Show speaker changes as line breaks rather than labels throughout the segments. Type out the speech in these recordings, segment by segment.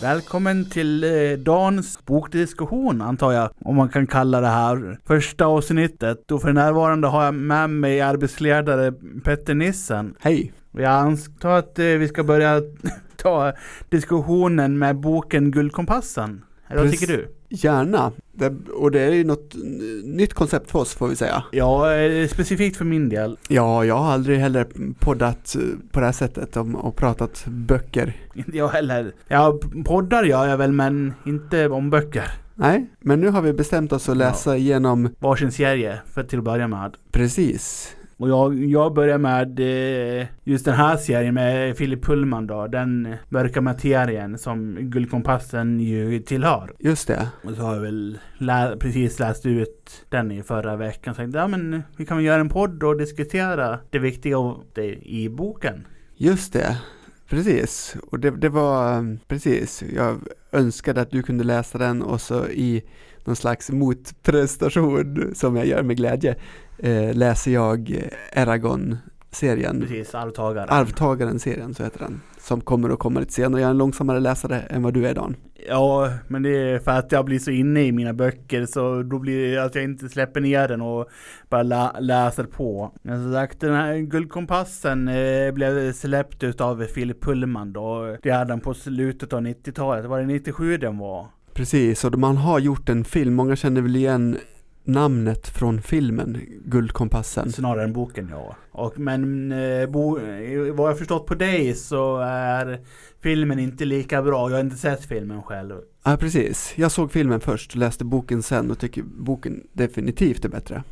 Välkommen till eh, dagens bokdiskussion antar jag, om man kan kalla det här första avsnittet. Och för närvarande har jag med mig arbetsledare Petter Nissen.
Hej!
Jag antar att eh, vi ska börja ta diskussionen med boken Guldkompassen. Eller vad
Precis.
tycker du?
Gärna. Det, och det är ju något n- nytt koncept för oss får vi säga.
Ja, eh, specifikt för min del.
Ja, jag har aldrig heller poddat eh, på det här sättet om, och pratat böcker.
Inte jag heller. Ja, poddar gör jag väl, men inte om böcker.
Nej, men nu har vi bestämt oss att läsa igenom
Varsin serie, för till att börja med.
precis.
Och jag, jag börjar med eh, just den här serien med Philip Pullman då. Den mörka materien som Guldkompassen ju tillhör.
Just det.
Och så har jag väl lä- precis läst ut den i förra veckan. Så jag tänkte, ja men vi kan väl göra en podd och diskutera det viktiga och det i boken.
Just det. Precis. Och det, det var eh, precis. Jag önskade att du kunde läsa den och så i någon slags motprestation som jag gör med glädje eh, läser jag Eragon-serien.
Precis, arvtagaren.
Arvtagaren-serien, så heter den. Som kommer att komma lite senare. Jag är en långsammare läsare än vad du är Dan.
Ja, men det är för att jag blir så inne i mina böcker så då blir det att jag inte släpper ner den och bara lä- läser på. Men som sagt, den här guldkompassen eh, blev släppt utav Philip Pullman då. Det hade han på slutet av 90-talet. Var det 97 den var?
Precis, och man har gjort en film. Många känner väl igen namnet från filmen Guldkompassen.
Snarare än boken ja. Och, men eh, bo, eh, vad jag förstått på dig så är filmen inte lika bra. Jag har inte sett filmen själv.
Ja, precis. Jag såg filmen först, läste boken sen och tycker boken definitivt är bättre.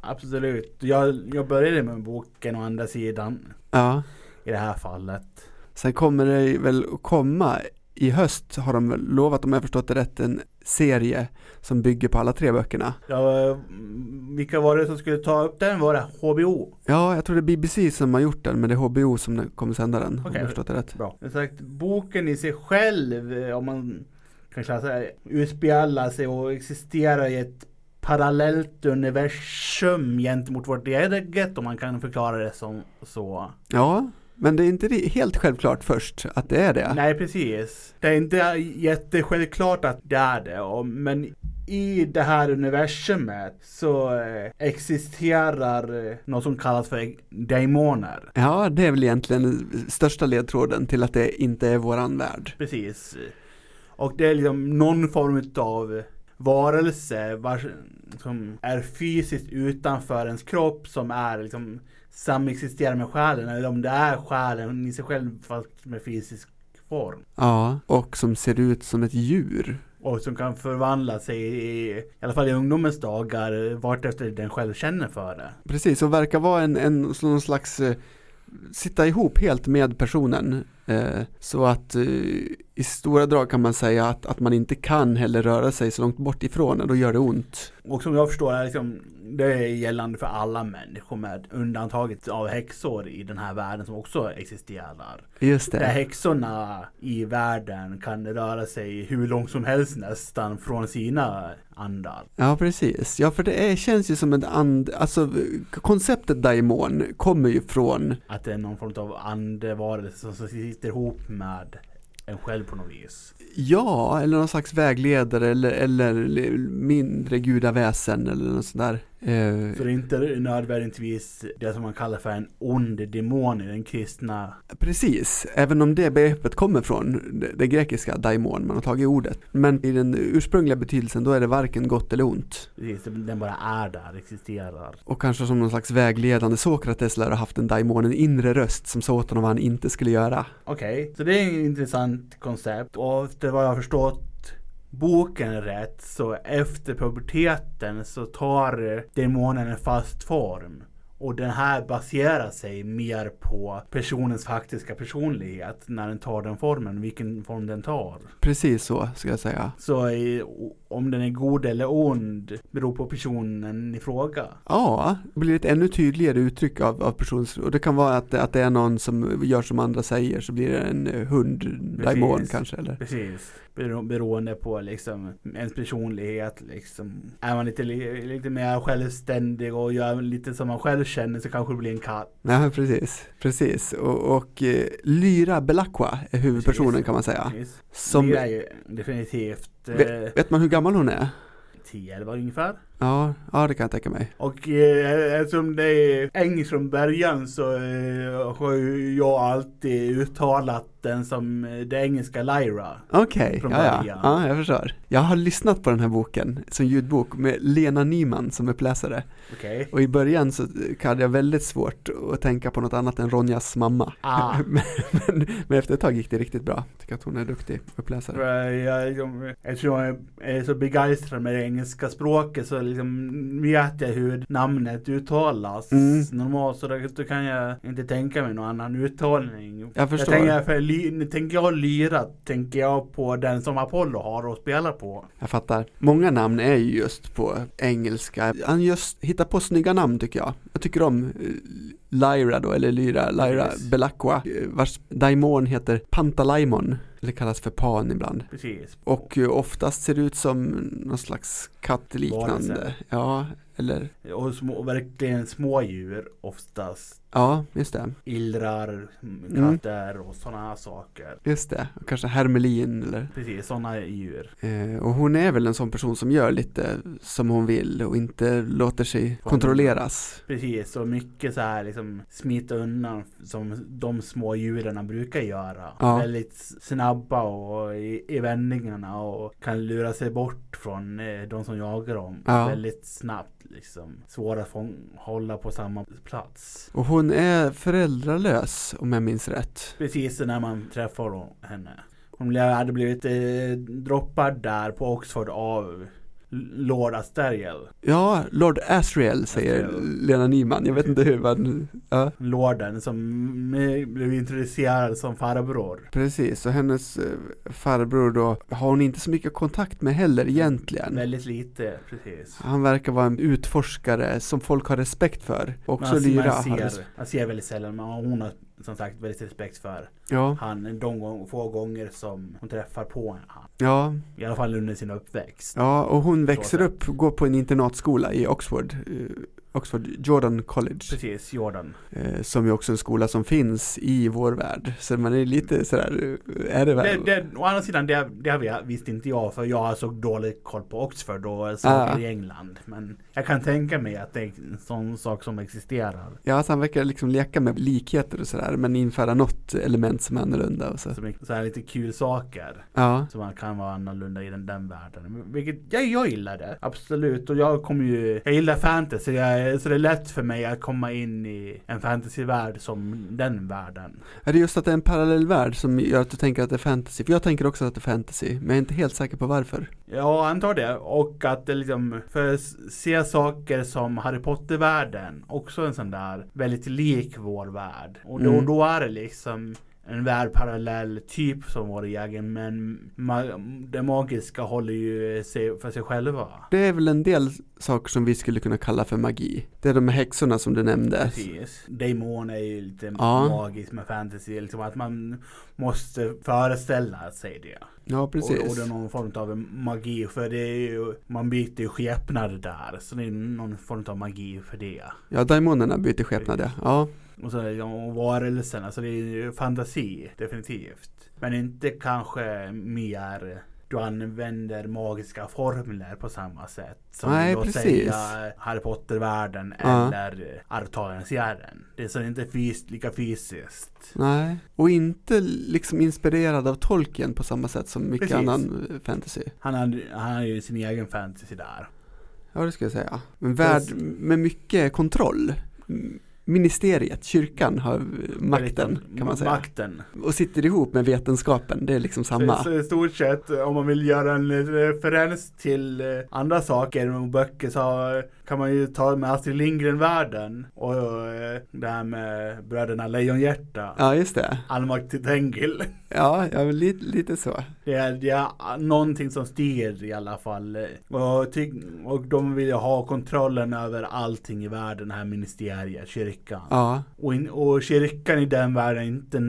Absolut. Jag, jag började med boken å andra sidan
Ja,
i det här fallet.
sen kommer det väl att komma i höst har de väl lovat, om jag förstått det rätt, en serie som bygger på alla tre böckerna.
Ja, eh, vilka var det som skulle ta upp den? Var det HBO?
Ja, jag tror det är BBC som har gjort den, men det är HBO som kommer sända den, om
Okej.
jag förstått det rätt.
Bra. Som sagt, boken i sig själv, eh, om man kan kalla sig, utspelar sig och existerar i ett parallellt universum gentemot vårt eget om man kan förklara det som så.
Ja, men det är inte ri- helt självklart först att det är det.
Nej precis. Det är inte jättesjälvklart att det är det. och- Men i det här universumet så eh, existerar eh, något som kallas för demoner.
Ja, det är väl egentligen den största ledtråden till att det inte är våran värld.
Precis. Och det är liksom någon form av varelse vars, som är fysiskt utanför ens kropp som är liksom samexisterar med själen. Eller om det är själen i sig själv fast med fysisk form.
Ja, och som ser ut som ett djur.
Och som kan förvandla sig i, i alla fall i ungdomens dagar vart efter den själv känner för det.
Precis, och verkar vara en, en så någon slags eh, sitta ihop helt med personen. Eh, så att eh, i stora drag kan man säga att, att man inte kan heller röra sig så långt bort ifrån och då gör det ont.
Och som jag förstår är liksom, det är gällande för alla människor med undantaget av häxor i den här världen som också existerar.
Just
Där häxorna i världen kan röra sig hur långt som helst nästan från sina andar.
Ja, precis. Ja, för det är, känns ju som en and... Alltså, k- konceptet daimon kommer ju från...
Att det är någon form av andevarelse som sitter ihop med en själv på något vis.
Ja, eller någon slags vägledare eller, eller mindre gudaväsen eller något sånt där. Eh,
Så det är inte nödvändigtvis det som man kallar för en ond demon i den kristna.
precis, även om det begreppet kommer från det, det grekiska daimon, man har tagit ordet. Men i den ursprungliga betydelsen då är det varken gott eller ont.
precis, Den bara är där, existerar.
Och kanske som någon slags vägledande Sokrates lär ha haft en daimon, en inre röst som sa åt honom vad han inte skulle göra.
Okej, så det är ett intressant koncept och efter vad jag har förstått boken rätt så efter puberteten så tar demonen en fast form Och den här baserar sig mer på personens faktiska personlighet när den tar den formen, vilken form den tar.
Precis så ska jag säga.
Så eh, o- om den är god eller ond beror på personen i fråga.
Ja, det blir ett ännu tydligare uttryck av, av persons... Och det kan vara att, att det är någon som gör som andra säger så blir det en eh, hunddaimon
Precis.
kanske. Eller?
Precis. Bero- Beroende på liksom ens personlighet liksom. Är man lite, li- lite mer självständig och gör lite som man själv känner så kanske det blir en katt.
Ja, precis. precis. Och, och eh, Lyra Belacqua är huvudpersonen
Precis.
kan man säga.
Precis.
Som,
Det är ju definitivt eh,
vet, vet man hur gammal hon är?
10-11 ungefär.
Ja, ja, det kan jag tänka mig.
Och eh, eftersom det är engelskt från början så eh, har ju jag alltid uttalat den som eh, det engelska Lyra.
Okej,
Från
ja, ja.
början.
ja, jag förstår. Jag har lyssnat på den här boken som ljudbok med Lena Nyman som uppläsare.
Okej.
Och i början så eh, hade jag väldigt svårt att tänka på något annat än Ronjas mamma.
Ah.
Men, men, men efter ett tag gick det riktigt bra. Jag tycker att hon är duktig uppläsare.
Eh, Jag, jag, jag, eftersom jag är så begeistrad med det engelska språket så liksom vet jag hur namnet uttalas.
Mm.
Normalt så då, då kan jag inte tänka mig någon annan uttalning.
Jag förstår.
Jag tänker, för, ly, tänker jag lyra tänker jag på den som Apollo har och spelar på.
Jag fattar. Många namn är ju just på engelska. Han just hittar på snygga namn tycker jag. Jag tycker om eh, Lyra då, eller Lyra, Lyra
Precis.
Belacqua, eh, vars daimon heter Pantalaimon, eller kallas för Pan ibland.
Precis.
Och eh, oftast ser det ut som någon slags kattliknande.
Varelse.
Ja, eller
Och små, och verkligen små djur oftast.
Ja, just det.
Illrar, katter och sådana saker.
Just det. Och kanske hermelin eller
Precis, sådana djur.
Eh, och hon är väl en sån person som gör lite som hon vill och inte låter sig kontrolleras.
Precis, och mycket så här liksom smita undan som de små djuren brukar göra.
Ja.
Väldigt snabba och i, i vändningarna och kan lura sig bort från eh, de som jagar dem.
Ja.
Väldigt snabbt liksom. Svåra att fång- hålla på samma plats.
Och hon är föräldralös om jag minns rätt.
Precis när man träffar hon- henne. Hon blev- hade blivit eh, droppad där på Oxford av L- Lord Asteriel.
Ja, Lord Asriel säger
Asriel.
Lena Nyman. Jag vet inte hur man... Ja,
Lorden som eh, blev introducerad som farbror.
precis. Och hennes eh, farbror då har hon inte så mycket kontakt med heller egentligen.
Väldigt lite, precis.
Han verkar vara en utforskare som folk har respekt för. Också
man,
Lyra
man,
har respekt.
ser, man ser väldigt sällan, men hon har som sagt väldigt respekt för
Ja,
han de gång, få gånger som hon träffar på han.
ja,
I alla fall under sin uppväxt.
Ja, och hon växer
Så.
upp, går på en internatskola i Oxford, eh, Oxford Jordan College,
Precis, Jordan.
eh, som ju också är en skola som finns i vår värld. Så man är lite sådär, eh, är det
Det,
väl?
det, å andra sidan, det, det har jag- visste inte jag för jag har så dålig koll på Oxford och
Ah.
saker i England. Men jag kan tänka mig att det är en sån sak som existerar.
Ja, alltså han verkar liksom leka med likheter och sådär, men införa något element som är annorlunda och så.
Så mycket så här lite kul saker.
Ja,
Så man kan vara annorlunda i den, den världen. Vilket jag, jag gillar det. Absolut. Och jag kommer ju, jag gillar fantasy. Jag, så det är lätt för mig att komma in i en fantasyvärld som den världen.
är det just att det är en parallell värld som gör att du tänker att det är fantasy? För jag tänker också att det är fantasy, men jag är inte helt säker på varför.
Jag antar det. Och att det liksom, för jag s- se saker som Harry Potter-världen. Också en sån där, väldigt lik vår värld. Och då,
Mm.
då är det liksom en värld parallell typ som vår egen men ma- det magiska håller ju sig för sig själva.
Det är väl en del saker som vi skulle kunna kalla för magi. Det är de här häxorna som du nämnde.
Precis. Demon är ju lite
Ja.
magiskt med fantasy, liksom att man måste föreställa sig det.
Ja, precis.
Och, och det är någon form av magi för det är ju, man byter ju skepnad där. Så det är någon form av magi för det.
Ja, daimonerna byter skepnad ja. ja.
Och så är det de varelserna, så det är ju fantasi definitivt. Men inte kanske mer du använder magiska formler på samma sätt. Som
Nej,
då
precis.
säga Harry Potter-världen
Ja.
eller Arvtagarens järn. Det är så inte fys- lika fysiskt.
Nej. Och inte liksom inspirerad av Tolkien på samma sätt som mycket
Precis.
annan eh, fantasy.
Han har, han har ju sin egen fantasy där.
Ja, det ska jag säga. En värld
Precis.
med mycket kontroll. M- ministeriet, kyrkan, har eh, makten kan man säga.
Makten.
Och sitter ihop med vetenskapen, det är liksom samma.
Så, så i stort sett eh, om man vill göra en referens till eh, andra saker och böcker så eh, kan man ju ta med Astrid Lindgren-världen och eh, det här med bröderna Lejonhjärta.
Ja, just det.
Allmaktig Tengil.
Ja, ja men lite, lite så.
Det är, det är någonting som styr i alla fall. eh. Och, ty, och de vill ju ha kontrollen över allting i världen, här ministeriet, kyrkan.
Ja,
Och, in, och kyrkan i den världen är inte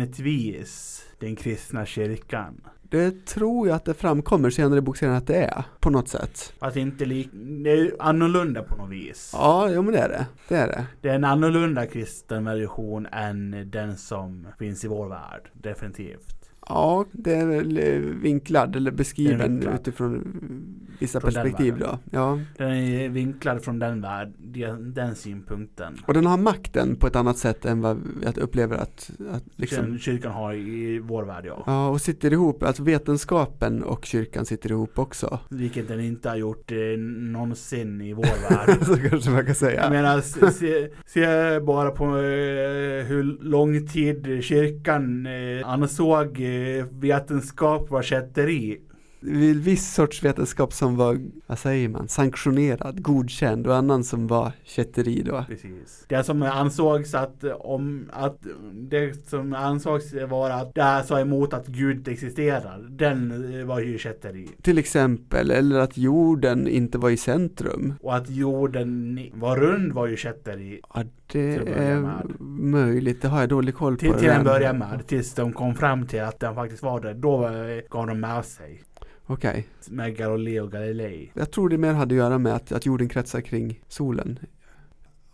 nödvändigtvis den kristna kyrkan.
det tror jag att det framkommer senare i bokserien att det är, på något sätt.
Att det inte lik, det är annorlunda på något vis.
Ja, jo men det är det. Det är det.
Det är en annorlunda kristen version än den som finns i vår värld. Definitivt.
Ja, det är väl eh, vinklad eller beskriven
Det är vinklad.
utifrån eh, vissa
Från den
perspektiv då.
världen.
Ja.
Den är vinklad från den värld, den, den synpunkten.
Och den har makten på ett annat sätt än vad jag upplever att, att liksom,
Liksom. Kyrkan har i vår värld, ja.
ja, och sitter ihop, alltså vetenskapen och kyrkan sitter ihop också.
Vilket den inte har gjort eh, någonsin i vår värld.
Så kanske man kan
Jag
säga.
menar, se, se, se bara på eh, hur lång tid kyrkan eh, ansåg eh, vetenskap var kätteri.
Vid viss sorts vetenskap som var, vad säger man, sanktionerad, godkänd och annan som var kätteri då.
Precis. Det som ansågs att eh, om att det som ansågs vara att det här sa emot att Gud inte existerar. Den eh, var ju kätteri.
Till exempel, eller att jorden inte var i centrum.
Och att jorden var rund var ju kätteri.
Ja, det
Till att börja
är
med.
möjligt, det har jag dålig koll på.
Till,
det
till en
där.
början med. Tills de kom fram till att den faktiskt var det. Då eh, gav de med sig.
Okej,
Med Galileo Galilei.
jag tror det mer hade att göra med att, att jorden kretsar kring solen.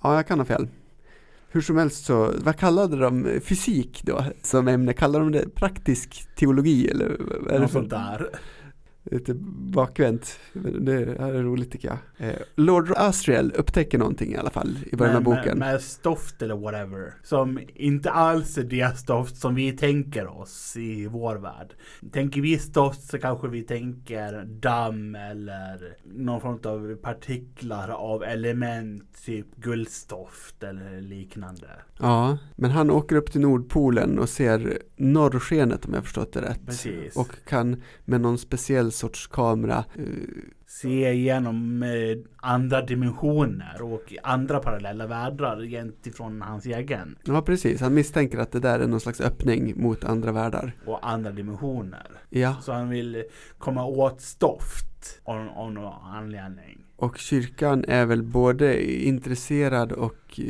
Ja, jag kan ha fel. Hur som helst så, vad kallade de fysik då som ämne? Kallade de det praktisk teologi eller? vad är det
Något
för-
sånt där.
Lite bakvänt. Men Det här är roligt tycker jag. Eh, Lord Asriel upptäcker någonting i alla fall i början av
Men
boken.
Med, med stoft eller whatever. Som inte alls är det stoft som vi tänker oss i vår värld. Tänker vi stoft så kanske vi tänker damm eller någon form av partiklar av element. Typ guldstoft eller liknande.
Ja, men han åker upp till Nordpolen och ser norrskenet om jag förstått det rätt.
Precis.
Och kan med någon speciell sorts kamera eh,
Se igenom eh, andra dimensioner och andra parallella världar gentemot hans egen.
Ja, precis. Han misstänker att det där är någon slags öppning mot andra världar.
Och andra dimensioner.
Ja,
Så han vill komma åt stoft av, av någon anledning.
och kyrkan är väl både intresserad och eh,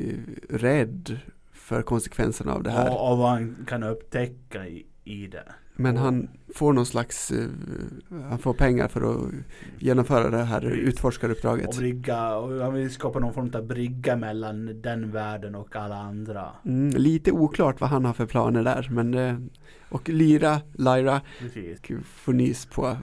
rädd för konsekvenserna av det här.
Och, och vad han kan upptäcka i, i det.
Men han får någon slags, eh, han får pengar för att genomföra det här
Och,
utforskaruppdraget.
brygga, och han vill skapa någon form av brygga mellan den världen och alla andra.
Mm, lite oklart vad han har för planer där, men eh, och Lyra, Lyra,
Precis.
får nys på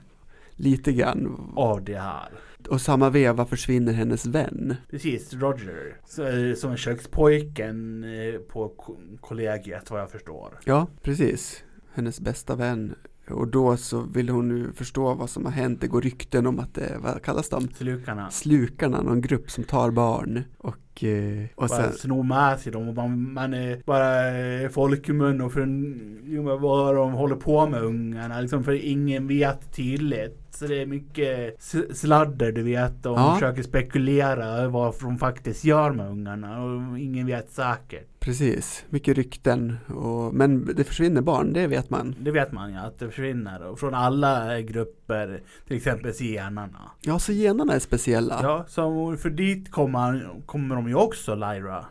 lite grann.
Av det här.
Och samma veva försvinner hennes vän.
Precis, Roger. Så, eh, Som är kökspojken eh, på ko- kollegiet vad jag förstår.
Ja, precis. Hennes bästa vän. Och då så vill hon ju förstå vad som har hänt. Det går rykten om att det, vad kallas de?
Slukarna.
Slukarna, någon grupp som tar barn. Och, eh, och
Bara
sen,
snor med sig dem och man, man är bara eh, folkmun och för jo, men vad de håller på med ungarna. Liksom för ingen vet tydligt. Så det är mycket s- sladder du vet. Och
Ja.
de försöker spekulera över vad de faktiskt gör med ungarna. Och ingen vet säkert.
precis, mycket rykten. Och, men det försvinner barn, det vet man.
Det vet man ju att det försvinner. Och från alla grupper. Till exempel zigenarna.
Ja, så genarna är speciella. Ja,
Ja, så för dit kommer, kommer de ju också Lyra.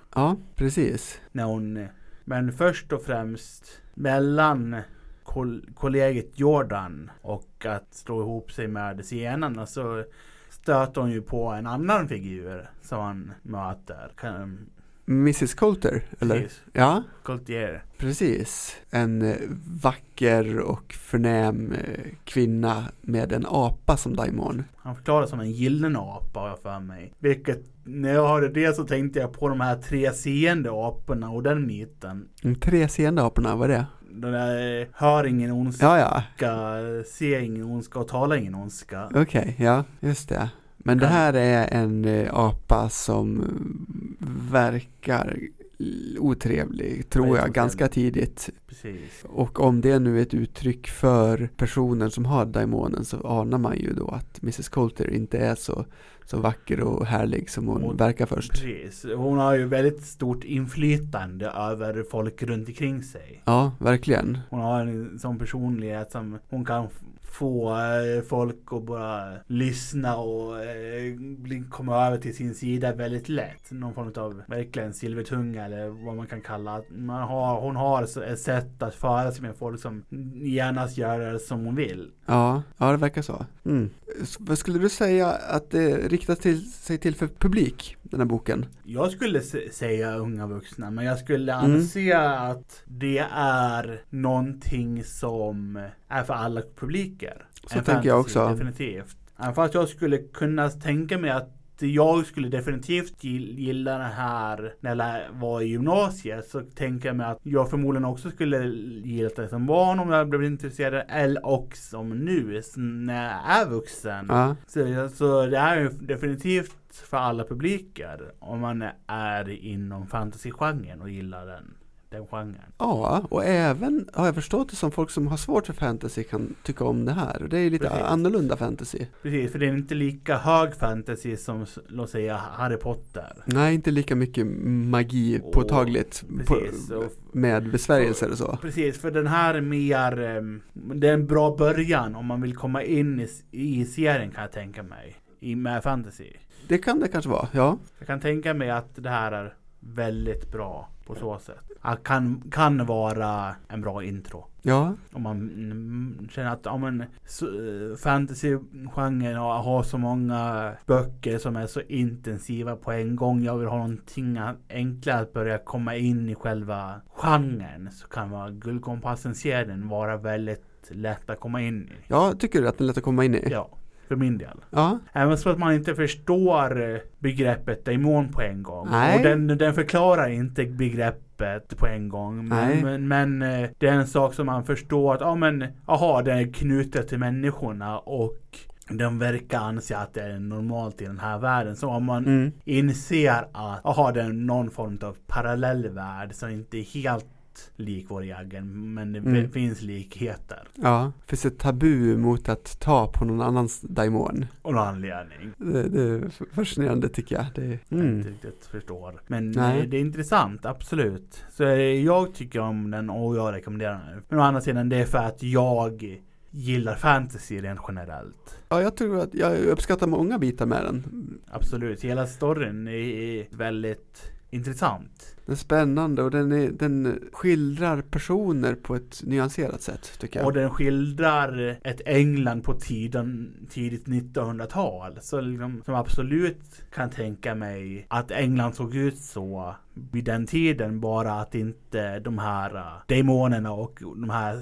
precis.
när hon, men först och främst mellan kol- kollegiet Jordan och att slå ihop sig med zigenarna så stöter hon ju på en annan figur som han möter. Kan,
Mrs Coulter, eller?
precis,
Ja,
Gaultier.
precis. En eh, vacker och förnäm eh, kvinna med en apa som daimon.
Han förklaras som en gyllene apa har jag för mig. Vilket, när jag hörde det så tänkte jag på de här tre seende aporna och den myten.
De tre seende aporna, vad är det?
Den där eh, hör ingen ondska,
Ja, ja,
ser ingen ondska och talar ingen ondska.
okej, ja, just det. Men det här är en eh, apa som verkar otrevlig, tror jag,
otrevlig.
ganska tidigt.
Precis.
Och om det nu är ett uttryck för personen som har daimonen så anar man ju då att Mrs Coulter inte är så, så vacker och härlig som hon
Hon-
verkar först.
Precis. Hon har ju väldigt stort inflytande över folk runt omkring sig.
Ja, verkligen.
Hon har en sån personlighet som hon kan f- få eh, folk att bara lyssna och eh, bli- komma över till sin sida väldigt lätt. Någon form av verkligen silvertunga eller vad man kan kalla att man har, Hon har så- ett sätt att föra sig med folk som gärna gör som hon vill.
Ja, ja det verkar så. Mm. S- Vad skulle du säga att det riktar till, sig till för publik, den här boken?
Jag skulle se- säga unga vuxna, men jag skulle
Mm.
anse att det är någonting som är för alla publiker.
Så
En
tänker jag
fantasy,
också.
Definitivt. Även fast jag skulle kunna tänka mig att jag skulle definitivt gill- gilla den här när jag var i gymnasiet så tänker jag mig att jag förmodligen också skulle gilla det som barn om jag blev intresserad eller och som nu s- när jag är vuxen.
Ja,
Så, så det här är ju definitivt för alla publiker om man är inom fantasygenren och gillar den, den genren.
ja och även har jag förstått det som folk som har svårt för fantasy kan tycka om det här. Och det är ju lite
Precis.
annorlunda fantasy.
Precis, för det är inte lika hög fantasy som s- låt säga Harry Potter.
Nej, inte lika mycket magi
Och-
påtagligt på,
Precis, och,
med besvärjelser och så.
precis, för den här är mer, ehm, det är en bra början om man vill komma in i, s- i serien kan jag tänka mig. I, med fantasy.
Det kan det kanske vara, ja.
Jag kan tänka mig att det här är väldigt bra på så sätt. Att Kan, kan vara en bra intro.
Ja,
Om man mm, känner att ja, men, så, eh, fantasygenren har har så många böcker som är så intensiva på en gång. Jag vill ha någonting a- enklare att börja komma in i själva genren. Så kan vara Guldkompassen-serien vara väldigt lätt att komma in i.
ja tycker du att den är lätt att komma in i?
Ja, för min del.
Ja,
Även så att man inte förstår eh, begreppet daimon på en gång.
Nej.
Och den, den förklarar inte begreppet på en gång.
Nej.
Men, men, men eh, det är en sak som man förstår att, ja men, aha, den är knutet till människorna och den verkar anse att det är normalt i den här världen. Så om man
mm.
inser att, aha, det är någon form av parallell värld som inte är helt lik vår egen, men det
Mm.
finns likheter.
ja. finns ett tabu mot att ta på någon annans daimon.
Av någon anledning.
Det, det är f- fascinerande tycker jag. Det är,
jag
mm.
inte riktigt förstår. Men
Nej.
eh, det är intressant, absolut. Så eh, jag tycker om den och jag rekommenderar den. Men å andra sidan, det är för att jag gillar fantasy rent generellt.
Ja, jag tror att jag uppskattar många bitar med den.
Absolut, hela storyn är, är väldigt intressant.
Den är spännande och den, är, den skildrar personer på ett nyanserat sätt tycker jag.
Och den skildrar ett England på tiden, tidigt 1900-tal. Så liksom, som absolut kan tänka mig att England såg ut så vid den tiden. Bara att inte de här äh, demonerna och de här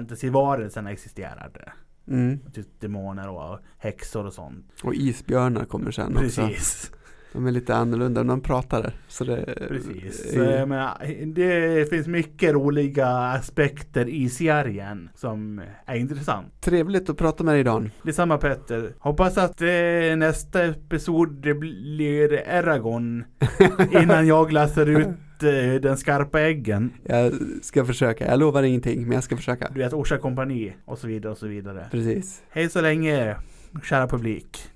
fantasyvarelserna existerade.
mm.
Typ demoner och häxor och sånt.
och isbjörnar kommer sen också.
Precis.
De är lite annorlunda, de pratar. Så det,
Precis. Ehm.
är-
Så, jag menar, det finns mycket roliga aspekter i serien som är intressant.
Trevligt att prata med dig Dan.
Detsamma Petter. Hoppas att eh, nästa episod det blir Eragon innan jag läser ut eh, den skarpa äggen.
Jag ska försöka, jag lovar ingenting men jag ska försöka.
Du vet Orsa kompani och så vidare och så vidare.
Precis.
Hej så länge kära publik.